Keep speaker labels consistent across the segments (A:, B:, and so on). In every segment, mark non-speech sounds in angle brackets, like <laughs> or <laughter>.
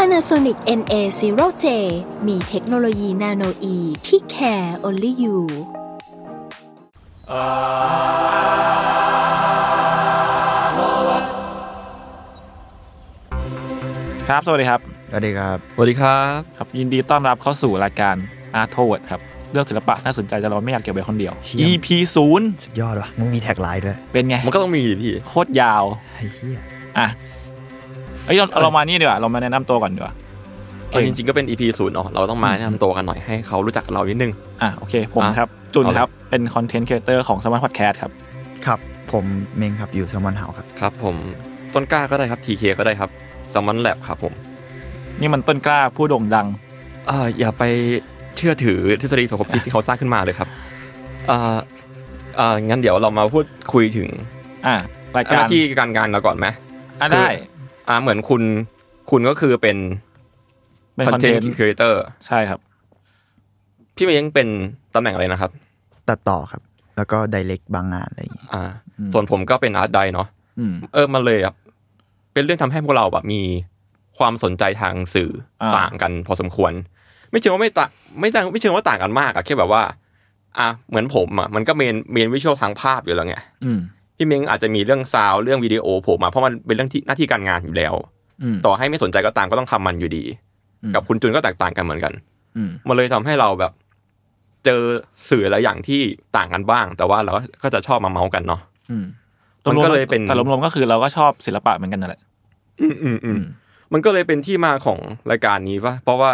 A: Panasonic NA0J มีเทคโนโลยีนาโนอีที่ care only you
B: ครับ สวัสดีครับ
C: สวัสดีครับ
D: สวัสดีครับ
B: ครับ ยินดีต้อนรับเข้าสู่รายการ Art t o w a r d ครับ เรื่องศิลปะน่าสนใจจะเราไม่อยากเก็บไว้คนเดียว
C: เชี่ยม
B: EP ศูนย์
C: สุดยอดว่ะมึงมีแท็กไลน์ด้วย
B: เป็นไง
D: มันก็ต้องมีดิพี่
B: โคตรยาว
C: ไอ้เหี้ย
B: อ่ะเอ้ยเราเรามานี่ดีกว่าเรามาแนะนำตัวก่อนดีกว่า เก่ง
D: จริงๆก็เป็น EP ศูนย์เนาะเราต้องมาแนะนำตัวกันหน่อยให้เขารู้จักเรานิดนึง
B: อ่ะโอเค ผม
D: อ่ะ
B: ครับ จุน
D: เอาเลย
B: ครับ เป็นคอนเทนต์ครีเอเตอร์ของสมาร์ทพอดแคสต์ครับ
C: ครับ ผมเมงครับอยู่สมอนเฮาครับ
D: ครับผมต้นกล้าก็ได้ครับ TK ก็ได้ครับสมันแลบครับผม
B: นี่มันต้นกล้าผู้โด่งดัง
D: อ่าอย่าไปเชื่อถือทฤษฎีสมค
B: <laughs>
D: บคิดที่เขาสร้างขึ้นมาเลยครับอ่าอ่างั้นเดี๋ยวเรามาพูดคุยถึง
B: อ่ะราย
D: ห
B: การ
D: น้าที่การงานเราก่อนไหม
B: อ่ะ
D: คือ
B: ได้
D: อ่าเหมือนคุณคุณก็คือเป็น
B: เป็นคอนเทน
D: content
B: ต์
D: creator
B: ใช่ครับ
D: พี่เมย์ยังเป็นตำแหน่งอะไรนะครับ
C: ตัดต่อครับ แล้วก็ไดเ e กบางงานอะไรอย่างงี้
D: อ่าส่วนผมก็เป็นอาร์ตไดเนาะ
B: อืม
D: เออมันเลยแบบเป็นเรื่องทำให้พวกเราแบบมีความสนใจทางสื่ออา ต่างกันพอสมควร ไม่เชิงว่าไม่ต่างไม่ต่างไม่เชิงว่าต่างกันมากอะแค่แบบว่า อ่ะเหมือนผมอะมันก็เมนเมนวิชวลทางภาพอยู่แล้วไง
B: อืม
D: พี่เมงอาจจะมีเรื่องซาวด์เรื่องวิดีโอโผล่มาเพราะมันเป็นเรื่องที่หน้าที่การงานอยู่แล้ว
B: อืม
D: ต่อให้ไม่สนใจก็ตามก็ต้องทำมันอยู่ดี
B: อืม
D: กับคุณจุนก็แตกต่างกันเหมือนกัน
B: อืม
D: มันเลยทำให้เราแบบเจอสื่อหลายอย่างที่ต่างกันบ้าง แต่ว่าเราก็จะชอบมาเมาส์กันเนาะ
B: อืม
D: มันก็เลยเป็น
B: แต่รวมๆก็คือเราก็ชอบศิลปะเหมือนกันนั่นแหละ
D: อืมอืมอืม มันก็เลยเป็นที่มาของรายการนี้ป่ะ เพราะว่า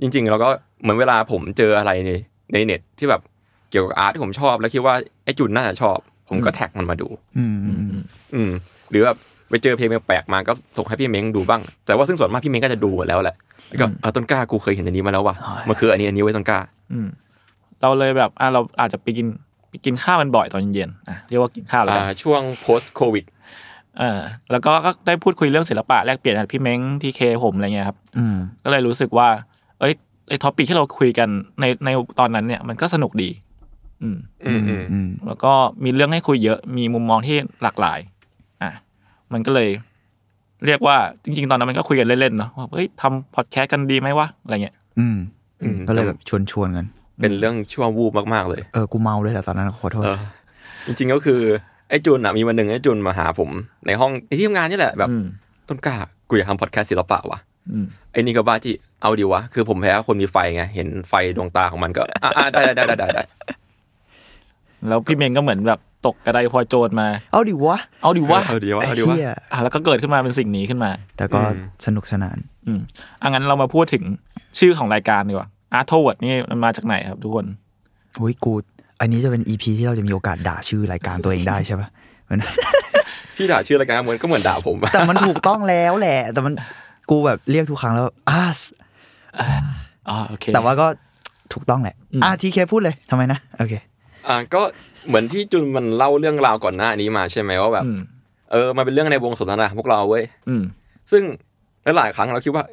D: จริงๆเราก็เหมือนเวลาผมเจออะไรในในเน็ตที่แบบเกี่ยวกับอาร์ตที่ผมชอบ แล้วคิดว่าไอ้จุนน่าจะชอบ ผมก็แท็กมันมาดู
C: อืมอืม
D: อืม หรือแบบไปเจอเพลงแปลกๆมาก็ส่งให้พี่เม้งดูบ้าง แต่ว่าซึ่งส่วนมากพี่เม้งก็จะดูหมดแล้วแหละแล้วก็เออต้นกล้ากูเคยเห็นอันนี้มาแล้วว่ะมันคืออันนี้อันนี้ไว้ยต้นกล้า
B: อืมเราเลยแบบอ่ะเราอาจจะไปกินไปกินข้าวมันบ่อยตอนเย็นๆอ่ะเรียกว่ากินข้าวแล้ว
D: อ่า
B: กัน
D: ช่วง post covid
B: เออแล้วก็ก็ได้พูดคุยเรื่องศิลปะแลกเปลี่ยนกับพี่เม้งทีเคผมอะไรเงี้ยครับ
C: อืม
B: ก็เลยรู้สึกว่า เอ้ยไอ้ท็อปิกที่เราคุยกันในในตอนนั้นเนี่ยมันก็สนุกดี อืม
D: อืมอืม
C: อืม
B: แล้วก็มีเรื่องให้คุยเยอะ มีมุมมองที่หลากหลาย อ่ะ มันก็เลย เรียกว่าจริง ๆ ตอนนั้นมันก็คุยกันเล่นๆเนาะว่าเอ้ยทำพอดแคสต์กันดีไหมวะอะไรเงี้ย
C: อืม
D: อืม
C: ก็เลยแบบชวนชวนๆกัน
D: เป็นเรื่องช่วงวูบมากๆเลย
C: เออ กูเมาด้วยแหละตอนนั้นขอโทษ
D: เออจริงๆก็คือไอ้จุนอ่ะมีวันหนึ่งไอ้จุนมาหาผม ในห้องในที่ทำงานนี่แหละแบบ
B: อืม
D: ต้นกล้ากูอยากทำพอดแคสต์ศิลปะวะ
B: อืม
D: ไอ้นี่ก็บ้าจีเอาดีวะ คือผมแพ้คนมีไฟไงเห็นไฟดวงตาของมันก็อ่ะอ่ะได้ได้ได้ได้ได้
B: แล้วพี่เมงก็เหมือนแบบตกกระไดพลอยโจรมา
C: เอาดิวะ
B: เอาดิวะ
D: เอาดีวะ
C: ไอ้
D: เอาดีวะ
C: เหี้ย
B: อ่ะแล้วก็เกิดขึ้นมาเป็นสิ่งนี้ขึ้นมา
C: แต่ก็
D: อืม
C: สนุกสนาน
B: อืมอ่ะงั้นเรามาพูดถึงชื่อของรายการดีกว่าอาร์ทเวิร์ดนี่มันมาจากไหนครับทุกคน
C: โอ้ยกู อันนี้จะเป็นอีพีที่เราจะมีโอกาสด่าชื่อรายการตัวเอง
D: <laughs>
C: ได้ใช่ปะมัน
D: พี่ด่าชื่อรายการเหมือนก็เหมือนด่าผม
C: แต่มันถูกต้องแล้วแหละ แต่มันกูแบบเรียกทุกครั้งแล้วอาส
B: อ๋อโอเค
C: แต่ว่าก็ถูกต้องแหละ
B: อืม
C: อ่ะทีเคพูดเลยทำไมนะโอเค
D: อ่ะก็เหมือนที่จุนมันเล่าเรื่องราวก่อนหน้านี้มาใช่ไหมว่าแบบ
B: อืม
D: เออมันเป็นเรื่องในวงสนทนาของพวกเราเว้ย
B: อืม
D: ซึ่งหลายๆครั้งเราคิดว่า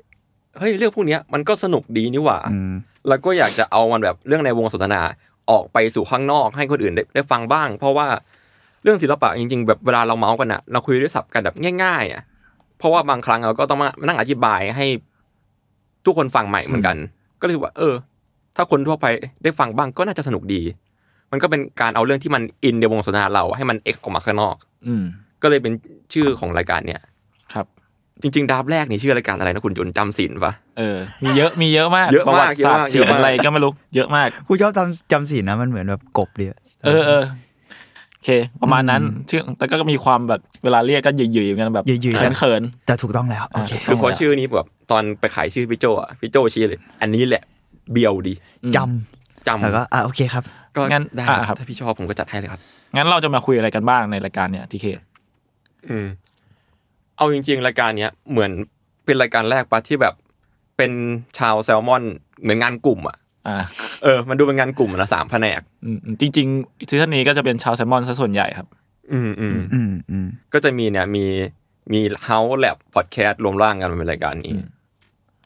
D: เฮ้ยเรื่องพวกเนี้ยมันก็สนุกดีนี่หว่า
C: อืม
D: แล้วก็อยากจะเอามันแบบเรื่องในวงสนทนาออกไปสู่ข้างนอกให้คนอื่นได้ได้ฟังบ้าง เพราะว่าเรื่องศิลปะจริง ๆ แบบเวลาเราเมาส์กันอะเราคุยด้วยศัพท์กันแบบง่ายๆอะเพราะว่าบางครั้งเราก็ต้องมานั่งอธิบายให้ทุกคนฟังใหม่เหมือนกัน ก็เลยว่า เออ ถ้าคนทั่วไปได้ฟังบ้างก็น่าจะสนุกดี มันก็เป็นการเอาเรื่องที่มันอินในวงสนทนาเราให้มันเอ็กซ์ออกมาข้างนอก
B: อืม
D: ก็เลยเป็นชื่อของรายการเนี่ย
B: ครับ
D: จริง ๆดราบแรกนี่ชื่อรายการอะไรนะคุณจนจำศีลปะ
B: เออ มีเยอะ มีเยอะมาก
D: เยอะมาก
B: ประวัติศาสตร์
D: เย
B: เสีย
D: อะมาก
B: อะไรก็ไม่รู้ เยอะมาก
C: กูชอบจำจำสีลนะมันเหมือนแบบกบดีอะ
B: เออเออโอเค ประมาณนั้นชื่อแต่ก็มีความแบบเวลาเรียกก็หยุ่ยๆเหมือนกันแบบ
C: เยอะๆแต่
B: เขิน
C: แต่ถูกต้องแล้ว โอเค
D: คือพอชื่อนี้แบบตอนไปขายชื่อพี่โจอ่ะพี่โจชี้เลย อันนี้แหละเบียวดี
C: จ
D: จำ
C: ำแล้วก็อ่ะโอเคครับ
D: ก็
B: งั้น
D: ได้
B: อ่ะ
D: ค
B: ครั
D: รับ บถ้าพี่ชอบผมก็จัดให้เลยครับ
B: ๆงั้นเราจะมาคุยอะไรกันบ้างในรายการเนี่ยทีเค
D: อืม เอาจริง ๆ รายการเนี้ยเหมือนเป็นรายการแรกปะที่แบบ เป็นชาวแซลมอนเหมือนงานกลุ่มอ่ะ
B: อ่า
D: เออมันดูเป็นงานกลุ่มอะนะสามแผนก
B: อืมอืมจริงๆซีซั่นนี้ก็จะเป็นชาวแซลมอนซะส่วนใหญ่ครับ
D: อืมอืม
C: อืมอืม
D: ก็จะมีเนี่ยมีมีเฮาส์แลบพอดแคสต์รวมร่างกันเป็นรายการนี้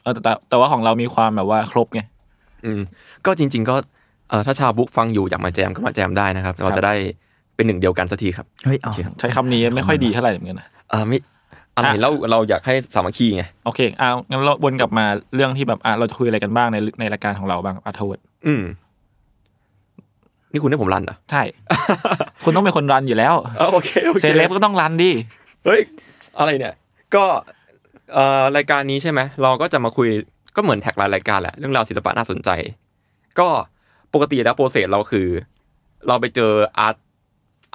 B: เออแต่แต่แต่ว่าของเรามีความแบบว่าครบไง
D: อืมก็จริง ๆ ก็เอ่อถ้าชาวบุ๊กฟังอยู่อยากมาแจมก็มาแจมได้นะครับ เราจะได้เป็นหนึ่งเดียวกันสักทีครับ
C: เฮ้ยเอา
D: โอเคครับ
B: ใช้คำนี้ไม่ค่อยดีเท่าไหร่เหมือนกันนะ
D: เอ่ามิอะไร
B: อ่ะ
D: เราเราอยากให้สามัคคีไง
B: โอเคอ่างั้นเราวนกลับมาเรื่องที่แบบอ่ะเราจะคุยอะไรกันบ้างในในรายการของเราบ้างอาทวด
D: อืม นี่คุณให้ผมรันเหรอ
B: ใช่ <laughs> คุณต้องเป็นคนรันอยู่แล้ว
D: อ๋อโอเคโอเค
B: เซเลบก็ต้องรันดิ
D: เฮ้ยอะไรเนี่ย ก็เอ่อรายการนี้ใช่ไหมเราก็จะมาคุยก็เหมือนแท็กไลน์รายการแหละเรื่องราวศิลปะน่าสนใจ ก็ปกติแล้วโปรเซสเราคือ เราไปเจออาร์ต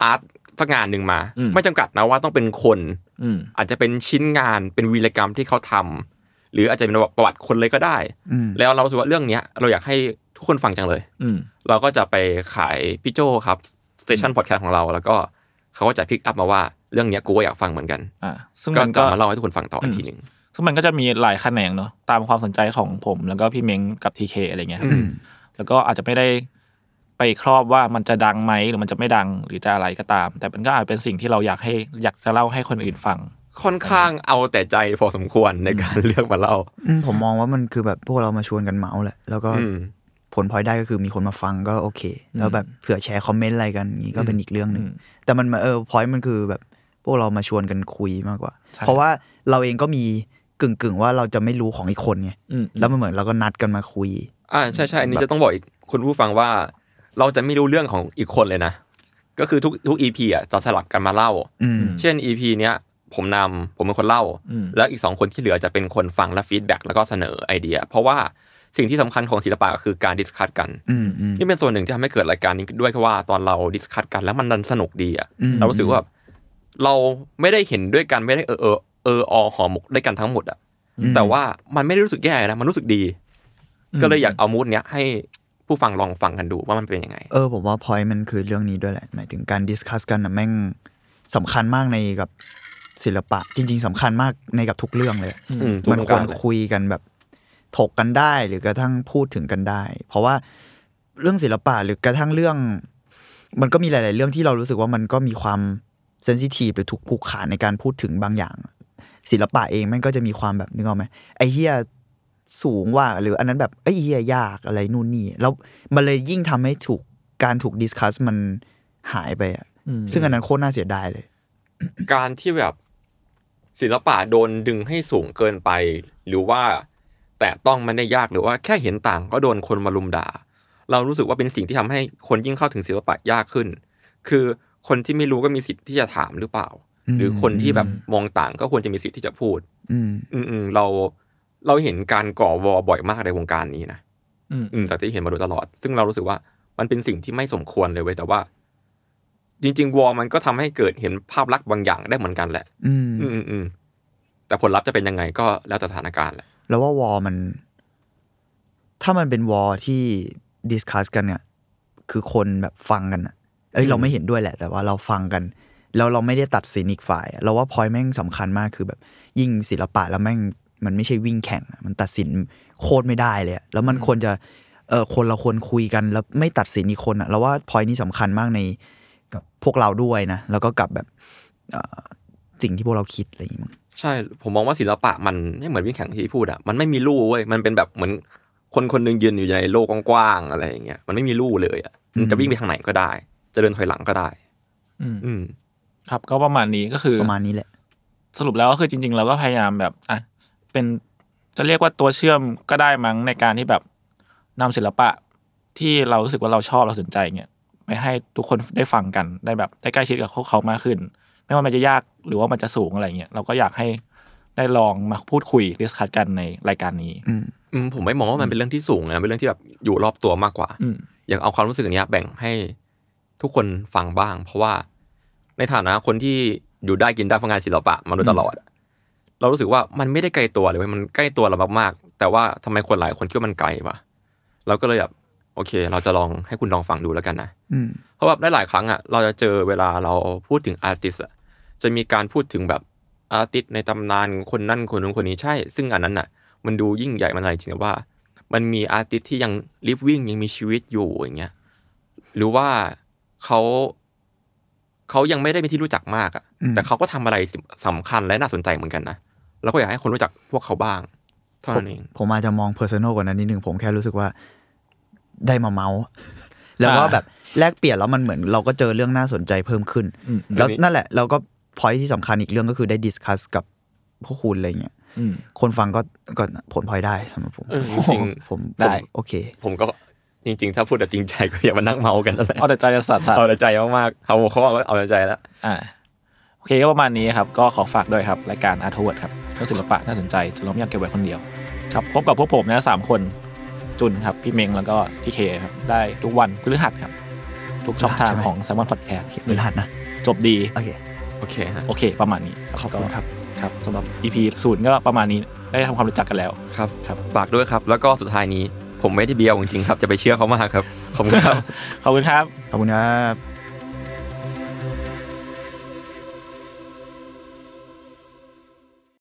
D: อาร์ตสักงานหนึ่งมา ไม่จำกัดนะว่าต้องเป็นคน
B: อืม
D: อาจจะเป็นชิ้นงานเป็นวีรกรรมที่เขาทำหรืออาจจะเป็นแบบประวัติคนเลยก็ได้ แล้วเรารู้สึกว่าเรื่องเนี้ย เราอยากให้ทุกคนฟังจังเลย
B: อืม
D: เราก็จะไปขายพี่โจครับสเตชันพอดแคสต์ของเรา แล้วก็เขาก็จะพิกอัพมาว่าเรื่องเนี้ยกูก็อยากฟังเหมือนกัน
B: อ่าซึ่ง
D: ก็
B: มัน
D: จะ
B: ก็
D: มาเล่าให้ทุกคนฟังต่ออี
B: อื
D: ก
B: ม
D: ทีหนึ่ง
B: ซึ่งมันก็จะมีหลายแขนงเนาะตามความสนใจของผมแล้วก็พี่เม้งกับทีเคอะไรเงี้ยครับ
D: อืม
B: แล้วก็อาจจะไม่ได้ไปครอบว่ามันจะดังไหมหรือมันจะไม่ดังหรือจะอะไรก็ตาม แต่มันก็อาจเป็นสิ่งที่เราอยากให้อยากจะเล่าให้คนอื่นฟัง
D: ค่อนข้างเอาแต่ใจพอสมควรในการเลือกมาเล่า
C: อืมผมมองว่ามันคือแบบพวกเรามาชวนกันเมาส์แหละแล้วก็
D: อืม
C: ผลพลอยได้ก็คือมีคนมาฟังก็โอเค แล้วแบบเผื่อแชร์คอมเมนต์อะไรกันอย่างนี้ก็เป็นอีกเรื่องหนึ่ง
B: อืม
C: แต่มันมาเออพอยมันคือแบบพวกเรามาชวนกันคุยมากกว่า
B: ใช่
C: เพราะว่าเราเองก็มีกึ่งกึ่งๆว่าเราจะไม่รู้ของอีกคนไง
B: อืม
C: แล้วมันเหมือนเราก็นัดกันมาคุย
D: อ่าใช่ใช่อันนี้จะต้องบอกอีกคุณผู้ฟังว่า เราจะไม่รู้เรื่องของอีกคนเลยนะก็คือทุกทุกอีพีอ่ะจะสลับกันมาเล่า
C: อืม
D: เช่น EP เนี้ยผมนำผมเป็นคนเล่า แล้วอีก 2 คนที่เหลือจะเป็นคนฟังและฟีดแบ็กแล้วก็เสนอไอเดีย เพราะว่าสิ่งที่สำคัญของศิลปะก็คือการดิสคัตกัน
C: อืมอืม
D: นี่เป็นส่วนหนึ่งที่ทำให้เกิดรายการนี้ด้วยเพราะว่าตอนเราดิสคัตกันแล้วมันดันสนุกดีอะ
C: อืม
D: เรารู้สึกว่าแบบเราไม่ได้เห็นด้วยกันไม่ได้เออเออเออออหอหมกด้วยกันทั้งหมดอะแต่ว่ามันไม่ได้รู้สึกแย่นะมันรู้สึกดี ก็เลยอยากเอามูดเนี้ยให้ผู้ฟังลองฟังกันดูว่ามันเป็นยังไง
C: เออผมว่าพอยมันคือเรื่องนี้ด้วยแหละ หมายถึงการดิสคัสกันนะแม่งสำคัญมากในกับศิลปะ จริง ๆสำคัญมากในกับทุกเรื่องเลย
D: อืมทุก
C: มันควร
D: วงการเลย
C: คุยกันแบบถกกันได้หรือกระทั่งพูดถึงกันได้ เพราะว่าเรื่องศิลปะหรือกระทั่งเรื่อง มันก็มีหลาย ๆ เรื่องที่เรารู้สึกว่ามันก็มีความเซนซิทีฟหรือถูกผูกขาดในการพูดถึงบางอย่าง ศิลปะเองแม่งก็จะมีความแบบนึกออกไหมไอเฮียสูงว่าหรืออันนั้นแบบไอเฮียยากอะไรนู่นนี่ แล้วมันเลยยิ่งทำให้ถูกการถูกดิสคัสมันหายไปอะซึ่งอันนั้นโคตรน่าเสียดายเลย
D: การที่แบบศิลปะโดนดึงให้สูงเกินไป หรือว่าแต่ต้องมันได้ยากหรือว่าแค่เห็นต่างก็โดนคนมาลุมด่า เรารู้สึกว่าเป็นสิ่งที่ทำให้คนยิ่งเข้าถึงศิลปะยากขึ้น คือคนที่ไม่รู้ก็มีสิทธิ์ที่จะถามหรือเปล่า
C: อืม
D: หรือคนที่แบบมองต่างก็ควรจะมีสิทธิ์ที่จะพูด
C: อืม
D: อืมๆเราเราเห็นการก่อวอบ่อยมากในวงการนี้นะ
B: อืม
D: อืมจากที่เห็นมาโดยตลอด ซึ่งเรารู้สึกว่ามันเป็นสิ่งที่ไม่สมควรเลยเว้ยแต่ว่า จริง ๆ วอลมันก็ทำให้เกิดเห็นภาพลักษณ์บางอย่างได้เหมือนกันแหละ
C: อืม
D: อืมอืมแต่ผลลัพธ์จะเป็นยังไงก็แล้วแต่สถานการณ์แหละ
C: แล้วว่าวอลมัน ถ้ามันเป็นวอลที่ดิสคัสกันเนี่ยคือคนแบบฟังกันอะเอ้ยเราไม่เห็นด้วยแหละ แต่ว่าเราฟังกัน แล้วเราไม่ได้ตัดสินอีกฝ่ายอะเราว่าพอยแม่งสำคัญมากคือแบบ ยิ่งศิลปะแล้วแม่งมันไม่ใช่วิ่งแข่งอะมันตัดสินโคตรไม่ได้เลยอะแล้วมันควรจะเออคนเราควรคุยกัน แล้วไม่ตัดสินอีกคนอะเราว่าพอยนี้สำคัญมากในกับพวกเราด้วยนะแล้วก็กับแบบเอ่อสิ่งที่พวกเราคิดอะไรอย่างงี้มั้ง
D: ใช่ ผมมองว่าศิลปะมันไม่เหมือนวิ่งแข่งที่พูดอะมันไม่มีลู่เว้ย มันเป็นแบบเหมือนคนคนหนึงยืนอยู่ในโลกกว้างๆอะไรอย่างเงี้ย มันไม่มีลู่เลยอะมันจะวิ่งไปทางไหนก็ได้ จะเดินถอยหลังก็ได้
B: อืม
D: อืม
B: ครับก็ประมาณนี้ก็คือ
C: ประมาณนี้แหละ
B: สรุปแล้วก็คือจริง ๆ เราก็พยายามแบบอ่ะเป็นจะเรียกว่าตัวเชื่อมก็ได้มั้งในการที่แบบนำศิลปะที่เรารู้สึกว่าเราชอบเราสนใจเนี่ยไปให้ทุกคนได้ฟังกันได้แบบได้ใกล้ชิดกับพวกเขามากขึ้น ไม่ว่ามันจะยากหรือว่ามันจะสูงอะไรเงี้ยเราก็อยากให้ได้ลองมาพูดคุยดิสคัทกันในรายการนี้
D: อืมผมไม่มองว่ามันเป็นเรื่องที่สูงนะเป็นเรื่องที่แบบอยู่รอบตัวมากกว่า
B: อืม
D: อยากเอาความรู้สึกเนี้ยแบ่งให้ทุกคนฟังบ้าง เพราะว่าในฐานะคนที่อยู่ได้กินได้ฟังงานศิลปะมาโดยตลอดอะเรารู้สึกว่ามันไม่ได้ไกลตัวเลยเว้ยมันใกล้ตัวเรามากๆ แต่ว่าทำไมคนหลายคนคิดว่ามันไกลวะเราก็เลยแบบโอเค เราจะลองให้คุณลองฟังดูแล้วกันนะ
C: อืม
D: เพราะแบบได้หลายครั้งอ่ะเราจะเจอเวลาเราพูดถึงอาร์ติสอะจะมีการพูดถึงแบบอาร์ติสในตำนานคนนั่นคนนู้นคนนี้ใช่ ซึ่งอันนั้นอ่ะ มันดูยิ่งใหญ่มันอะไรจริงแต่ว่า มันมีอาร์ติสที่ยังลิฟวิ่งยังมีชีวิตอยู่อย่างเงี้ยหรือว่าเขาเขายังไม่ได้เป็นที่รู้จักมากอะ
C: อืม
D: แต่เขาก็ทำอะไรสำคัญและน่าสนใจเหมือนกันนะแล้วก็อยากให้คนรู้จักพวกเขาบ้าง เท่านั้นเอง
C: ผมอาจจะมองเพอร์ซันอลกว่านั้นนิดนึงผมแค่รู้สึกว่าได้มาเมาส์ <laughs> แล้วก็แบบแลกเปลี่ยนแล้วมันเหมือนเราก็เจอเรื่องน่าสนใจเพิ่มขึ้น
B: อืม
C: แล้ว
D: เดี๋ยวนี้
C: นั่นแหละ เราก็พอยที่สำคัญอีกเรื่องก็คือได้ดิสคัสกับพวกคุณอะไรเงี้ย
B: อืม
C: คนฟังก็ก็ผลพลอยได้สำหรับผม
D: เออจริ
C: ผม
D: ง
C: ผม
B: ได้
C: โอเค
D: ผมก็จริง ๆ ถ้าพูดแบบจริงใจก็อย่ามานั่งเมากันนั่นแหละ
B: เอาแต่ใจจะสัตว์สัตว์
D: เอาแต่ใจมากๆเอาเขาบอกว่าเอาแต่ใจแล้ว
B: อ่าโอเคก็ประมาณนี้ครับ ก็ขอฝากด้วยครับ รายการอาร์ทเวิร์ดครับเรื่องศิลปะน่าสนใจจะล้มยับเก็บไว้คนเดียว ครับพบกับพวกผมนะสามคนจุนครับ พี่เมงแล้วก็พี่เคครับ ได้ทุกวันพฤหัสครับ ทุกช่องทาง
C: ใช่ไหม
B: ของแซมมอนพอดแคสต์
C: โอเคมีรหัสนะ
B: จบดี
C: โอเค
D: โอเคฮะ
B: โอเค ประมาณนี้
C: ขอบคุณครับ
B: ก็ครับสำหรับ EP ศูนย์ก็ประมาณนี้ได้ทำความรู้จักกันแล้ว
D: ครับ
B: ครับ
D: ฝากด้วยครับ แล้วก็สุดท้ายนี้ผมไม่ได้เบียวจริงๆครับ จะไปเชื่อเขามากครับ ขอบคุณครับ
B: ขอบคุณครับ
C: ขอบคุณครับ